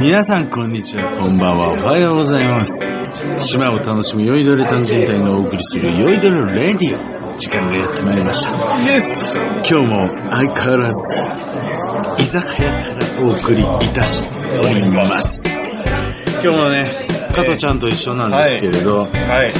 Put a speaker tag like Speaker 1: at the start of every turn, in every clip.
Speaker 1: 皆さんこんにちは、こんばんは、おはようございます。島を楽しむ酔いどれ探検隊がお送りする酔いどれレディオ。時間がやってまいりました。イエス今日も相変わらず、居酒屋からお送りいたしております。今日もね、加藤ちゃんと一緒なんですけれど、
Speaker 2: はい。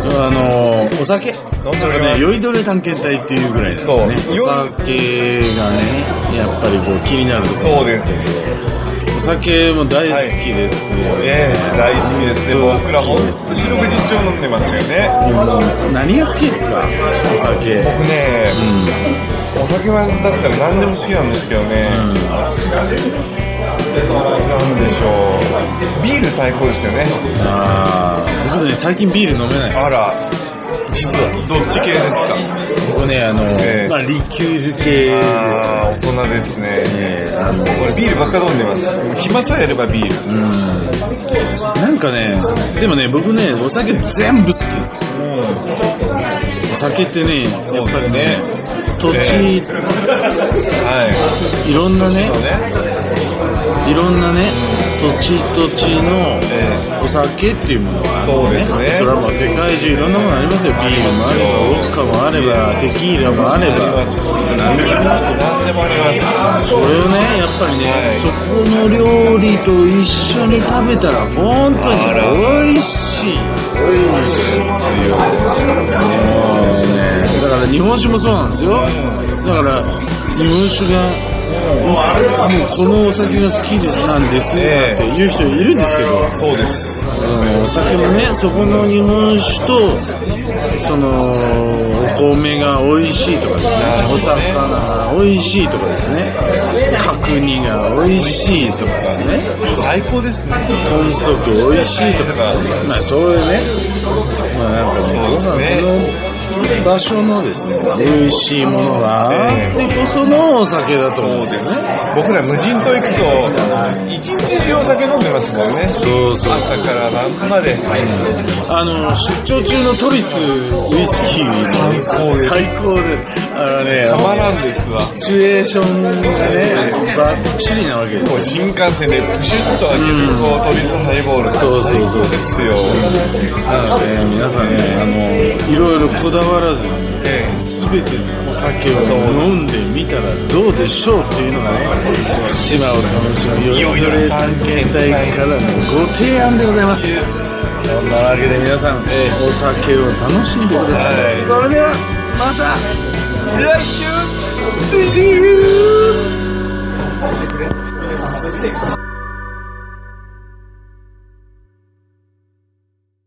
Speaker 1: 今日はあのーお酒。
Speaker 2: 飲んで
Speaker 1: これね、
Speaker 2: よ
Speaker 1: 酔いどれ探検隊っていうぐらいですね。
Speaker 2: そう
Speaker 1: お酒がね、やっぱりこう気になるところ
Speaker 2: そうです。
Speaker 1: お酒も大好きですよね
Speaker 2: ね、大好きですね。
Speaker 1: 本
Speaker 2: 僕
Speaker 1: 当
Speaker 2: ら
Speaker 1: 好き
Speaker 2: 本当
Speaker 1: で
Speaker 2: に
Speaker 1: す
Speaker 2: 四六時中飲んでますよね。
Speaker 1: もう何が好きですかお酒
Speaker 2: 僕ね、お酒はだったら何でも好きなんですけどね。なんでしょう。ビール最高ですよね。
Speaker 1: あー僕ね最近ビール飲めない
Speaker 2: あら、実はどっち系ですか。
Speaker 1: 僕ねあの、
Speaker 2: ええ
Speaker 1: まあリキュール系
Speaker 2: ああ、大人ですね。
Speaker 1: ですねあの
Speaker 2: これビールばっか飲んでます。暇さえあればビール。
Speaker 1: なんかねでもね僕ねお酒全部好きお酒ってねやっぱりね土地、
Speaker 2: はい
Speaker 1: ろんなね
Speaker 2: い。ね。
Speaker 1: いろんなね土地土地の
Speaker 2: え
Speaker 1: お酒っていうものがある
Speaker 2: そうで
Speaker 1: ね
Speaker 2: す
Speaker 1: そ
Speaker 2: ね
Speaker 1: れはもう世界中いろんなものありますよビールもあればウォッカもあればテキーラもあれ
Speaker 2: えあり
Speaker 1: ば
Speaker 2: ます。何でもあります。何でもあります。
Speaker 1: それをねやっぱりね、そこの料理と一緒に食べたら本当
Speaker 2: あら
Speaker 1: に美味しいもうねだから日本酒もそうなんですよだから日本酒がもうあれはもうこのお酒が好きなんですなんて言う人いるんですけど、
Speaker 2: そうです。
Speaker 1: お酒もねそこの日本酒とそのお米が美味しいとかですねお魚が美味しいとかですね角煮が美味しいとかですね
Speaker 2: 最高ですね。
Speaker 1: 豚足美味しいとかまあそういうねまあなんかね
Speaker 2: そうですね
Speaker 1: その場所のですね美味しいものがあってこそのお酒だと思うんですよね
Speaker 2: 僕ら無人島行くと、一日中お酒飲んでますもんね。
Speaker 1: そうそう
Speaker 2: 朝から晩まで。
Speaker 1: あの出張中のトリスウイスキー最
Speaker 2: 高です
Speaker 1: 最高であのね
Speaker 2: たまらんですわ。
Speaker 1: シチュエーションがね、ばっちりなわけです
Speaker 2: こ
Speaker 1: よ。
Speaker 2: う新幹線でプシュッと開けるこう鳥さんハイボール。
Speaker 1: そうそうそう
Speaker 2: 最高ですよ。
Speaker 1: なので、皆さんね、あの、いろいろこだわらずに、
Speaker 2: ええ
Speaker 1: すべてのお酒を飲んでみたらどうでしょうっていうのがね、島を楽しむよいどれ探検隊からのご提案でございます。そんなわけで皆さん、お酒を楽しんでくださ
Speaker 2: はい
Speaker 1: い。それでは、また
Speaker 2: 来週
Speaker 1: See you!